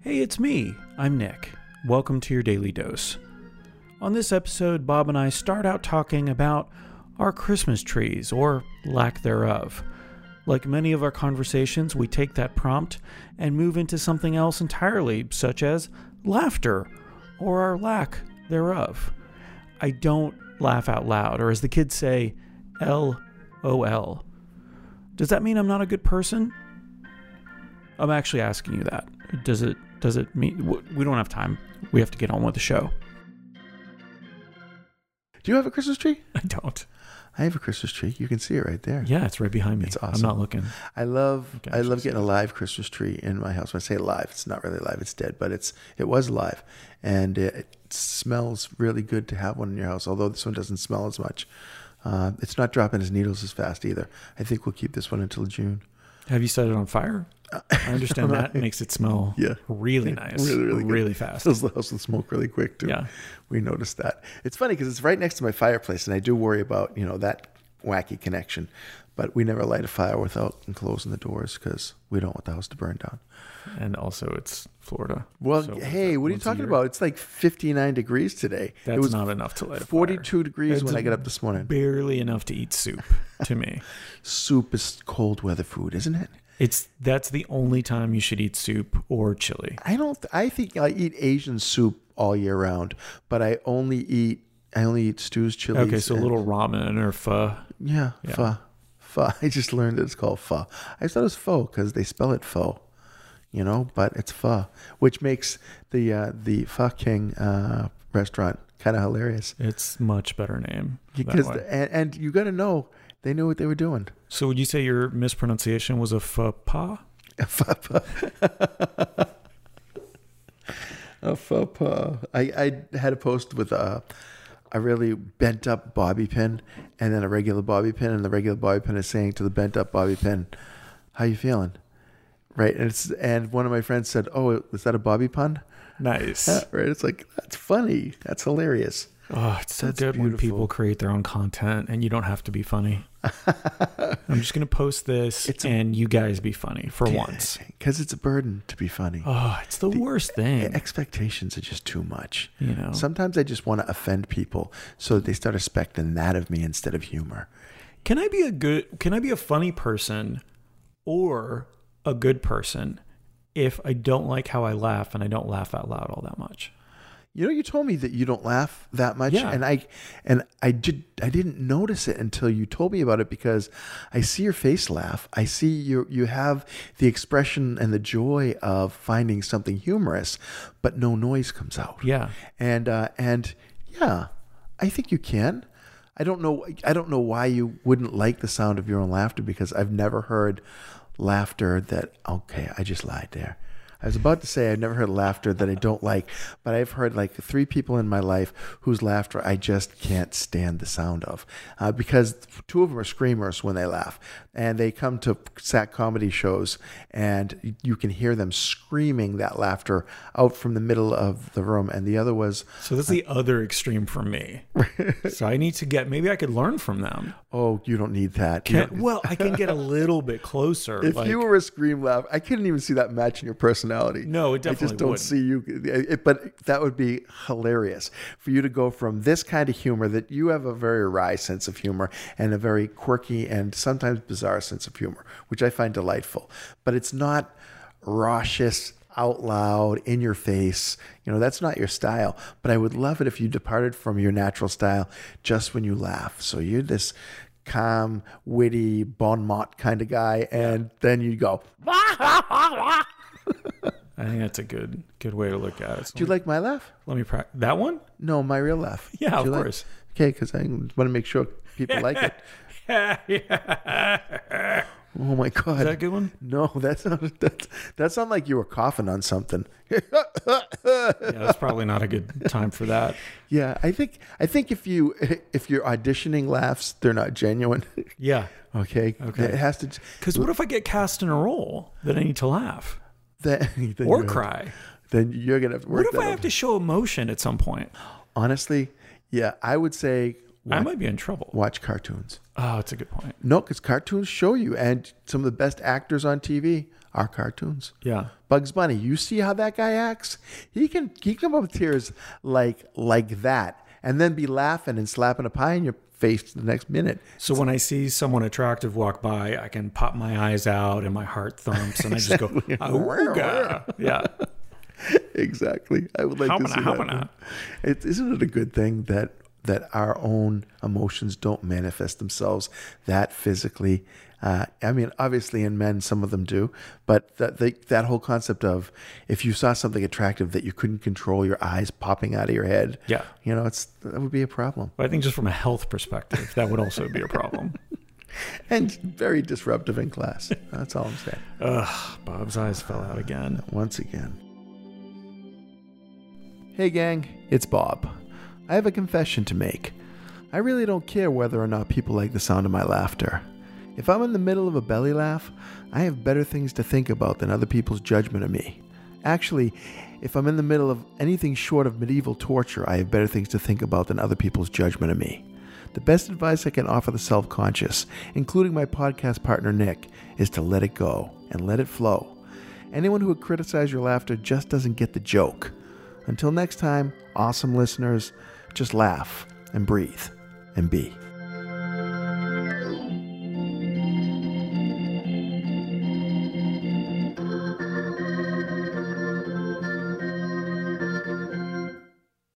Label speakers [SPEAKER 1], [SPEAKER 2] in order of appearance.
[SPEAKER 1] Hey, it's me. I'm Nick. Welcome to your Daily Dose. On this episode, Bob and I start out talking about our Christmas trees, or lack thereof. Like many of our conversations, we take that prompt and move into something else entirely, such as laughter, or our lack thereof. I don't laugh out loud, or as the kids say, LOL. Does that mean I'm not a good person? I'm actually asking you that. Does it does it mean w- we don't have time? We have to get on with the show.
[SPEAKER 2] Do you have a Christmas tree?
[SPEAKER 1] I don't.
[SPEAKER 2] I have a Christmas tree. You can see it right there.
[SPEAKER 1] Yeah, it's right behind me.
[SPEAKER 2] It's
[SPEAKER 1] I'm
[SPEAKER 2] awesome.
[SPEAKER 1] not looking.
[SPEAKER 2] I love
[SPEAKER 1] Okay,
[SPEAKER 2] I love getting a live Christmas tree in my house. When I say live, it's not really live, it's dead, but it's it was live. And it, it smells really good to have one in your house, although this one doesn't smell as much. Uh, it's not dropping its needles as fast either. I think we'll keep this one until June.
[SPEAKER 1] Have you set it on fire? I understand that makes it smell
[SPEAKER 2] Yeah.
[SPEAKER 1] really nice,
[SPEAKER 2] Really, really good.
[SPEAKER 1] fast.
[SPEAKER 2] Fills the house with smoke really quick too.
[SPEAKER 1] Yeah.
[SPEAKER 2] We noticed that. It's funny because it's right next to my fireplace, and I do worry about you know that wacky connection. But we never light a fire without closing the doors because we don't want the house to burn down.
[SPEAKER 1] And also, it's Florida.
[SPEAKER 2] Well,
[SPEAKER 1] So
[SPEAKER 2] hey, what are you
[SPEAKER 1] once a
[SPEAKER 2] talking
[SPEAKER 1] year?
[SPEAKER 2] about? It's like 59 degrees today.
[SPEAKER 1] That's
[SPEAKER 2] it was
[SPEAKER 1] not enough to light a
[SPEAKER 2] 42
[SPEAKER 1] fire.
[SPEAKER 2] degrees
[SPEAKER 1] That's
[SPEAKER 2] when I got up this morning.
[SPEAKER 1] Barely enough to eat soup to me.
[SPEAKER 2] Soup is cold weather food, isn't it?
[SPEAKER 1] It's that's the only time you should eat soup or chili.
[SPEAKER 2] I don't. I think I eat Asian soup all year round, but I only eat. I only eat stews, chilies.
[SPEAKER 1] Okay, so a
[SPEAKER 2] and-
[SPEAKER 1] little ramen or pho.
[SPEAKER 2] Yeah, pho. Pho. I just learned that it's called pho. I thought it was pho because they spell it pho, you know, but it's pho, which makes the uh, the pho king uh, restaurant kind of hilarious.
[SPEAKER 1] It's much better name. that
[SPEAKER 2] Because
[SPEAKER 1] way.
[SPEAKER 2] the, and, and you got to know they knew what they were doing.
[SPEAKER 1] so would you say your mispronunciation was a pho pas?
[SPEAKER 2] A faux pas. A faux pas. I, I had a post with a, a really bent up bobby pin and then a regular bobby pin, and the regular bobby pin is saying to the bent up bobby pin, How you feeling? Right. And it's and one of my friends said, Oh, is that a bobby pun?
[SPEAKER 1] Nice.
[SPEAKER 2] Yeah, right. It's like, that's funny. That's hilarious.
[SPEAKER 1] Oh, it's so
[SPEAKER 2] That's
[SPEAKER 1] good when people
[SPEAKER 2] beautiful.
[SPEAKER 1] create their own content and you don't have to be funny. I'm just going to post this
[SPEAKER 2] It's a-
[SPEAKER 1] and you guys be funny for once.
[SPEAKER 2] Because it's a burden to be funny.
[SPEAKER 1] Oh, it's the, worst thing.
[SPEAKER 2] Expectations are just too much.
[SPEAKER 1] you know,
[SPEAKER 2] Sometimes I just want to offend people so that they start expecting that of me instead of humor.
[SPEAKER 1] can I be a good, can I be a funny person or a good person if I don't like how I laugh and I don't laugh out loud all that much?
[SPEAKER 2] You know, you told me that you don't laugh that much,
[SPEAKER 1] Yeah.
[SPEAKER 2] and I, and I did, I didn't notice it until you told me about it because I see your face laugh. I see you, you have the expression and the joy of finding something humorous, but no noise comes out.
[SPEAKER 1] Yeah.
[SPEAKER 2] and uh, and yeah, I think you can. I don't know. I don't know why you wouldn't like the sound of your own laughter because I've never heard laughter that. Okay, I just lied there. I was about to say I've never heard laughter that I don't like, but I've heard like three people in my life whose laughter I just can't stand the sound of, uh, because two of them are screamers when they laugh, and they come to sack comedy shows, and you can hear them screaming that laughter out from the middle of the room, and the other was
[SPEAKER 1] So that's the other extreme for me. so I need to get, maybe I could learn from them.
[SPEAKER 2] Oh, you don't need that. You
[SPEAKER 1] Can,
[SPEAKER 2] don't-
[SPEAKER 1] well, I can get a little bit closer.
[SPEAKER 2] if
[SPEAKER 1] like,
[SPEAKER 2] you were a scream laugh, I couldn't even see that matching your personality.
[SPEAKER 1] No, it
[SPEAKER 2] I
[SPEAKER 1] definitely
[SPEAKER 2] just don't
[SPEAKER 1] wouldn't.
[SPEAKER 2] see you. eh, It, but that would be hilarious for you to go from this kind of humor that you have a very wry sense of humor and a very quirky and sometimes bizarre sense of humor, which I find delightful. But it's not raucous. Out loud, in your face. You know, that's not your style, but I would love it if you departed from your natural style just when you laugh. So you're this calm, witty, bon mot kind of guy, and then you go,
[SPEAKER 1] I think that's a good good way to look at it.
[SPEAKER 2] Do you like my laugh?
[SPEAKER 1] Let me practice that one.
[SPEAKER 2] No, my real laugh.
[SPEAKER 1] Yeah,
[SPEAKER 2] Do
[SPEAKER 1] of
[SPEAKER 2] you like-
[SPEAKER 1] course.
[SPEAKER 2] Okay, because I want to make sure people like it. Oh my god,
[SPEAKER 1] Is that a good one?
[SPEAKER 2] no, that's not. That's, that sounded like you were coughing on something.
[SPEAKER 1] Yeah, that's probably not a good time for that.
[SPEAKER 2] yeah, I think I think if you if you're auditioning laughs, they're not genuine.
[SPEAKER 1] Yeah,
[SPEAKER 2] okay,
[SPEAKER 1] Okay.
[SPEAKER 2] it has to.
[SPEAKER 1] because what if I get cast in a role that I need to laugh
[SPEAKER 2] That, then
[SPEAKER 1] or
[SPEAKER 2] you-
[SPEAKER 1] cry?
[SPEAKER 2] Then you're gonna have to work
[SPEAKER 1] What if
[SPEAKER 2] that
[SPEAKER 1] I have
[SPEAKER 2] out.
[SPEAKER 1] to show emotion at some point?
[SPEAKER 2] Honestly, yeah, I would say
[SPEAKER 1] I
[SPEAKER 2] watch,
[SPEAKER 1] might be in trouble.
[SPEAKER 2] watch cartoons.
[SPEAKER 1] Oh, it's a good point.
[SPEAKER 2] No, because cartoons show you, and some of the best actors on TV are cartoons.
[SPEAKER 1] Yeah.
[SPEAKER 2] Bugs Bunny, you see how that guy acts? He can he can come up with tears like like that, and then be laughing and slapping a pie in your face the next minute.
[SPEAKER 1] So when I see someone attractive walk by, I can pop my eyes out and my heart thumps and I just go, "Awooga!" Yeah.
[SPEAKER 2] Exactly. I would like
[SPEAKER 1] How
[SPEAKER 2] to
[SPEAKER 1] about
[SPEAKER 2] see
[SPEAKER 1] how
[SPEAKER 2] that.
[SPEAKER 1] about
[SPEAKER 2] It, isn't it a good thing that that our own emotions don't manifest themselves that physically? Uh, I mean, obviously, in men, some of them do, but that they, that whole concept of if you saw something attractive that you couldn't control, your eyes popping out of your head,
[SPEAKER 1] Yeah.
[SPEAKER 2] you know, it's that would be a problem
[SPEAKER 1] But I think just from a health perspective, that would also be a problem.
[SPEAKER 2] and very disruptive in class. That's all I'm saying.
[SPEAKER 1] Ugh, Bob's eyes fell out again.
[SPEAKER 2] once again. Hey, gang, it's Bob. I have a confession to make. I really don't care whether or not people like the sound of my laughter. If I'm in the middle of a belly laugh, I have better things to think about than other people's judgment of me. Actually, if I'm in the middle of anything short of medieval torture, I have better things to think about than other people's judgment of me. The best advice I can offer the self conscious, including my podcast partner Nick, is to let it go and let it flow. Anyone who would criticize your laughter just doesn't get the joke. Until next time, awesome listeners, just laugh and breathe and be.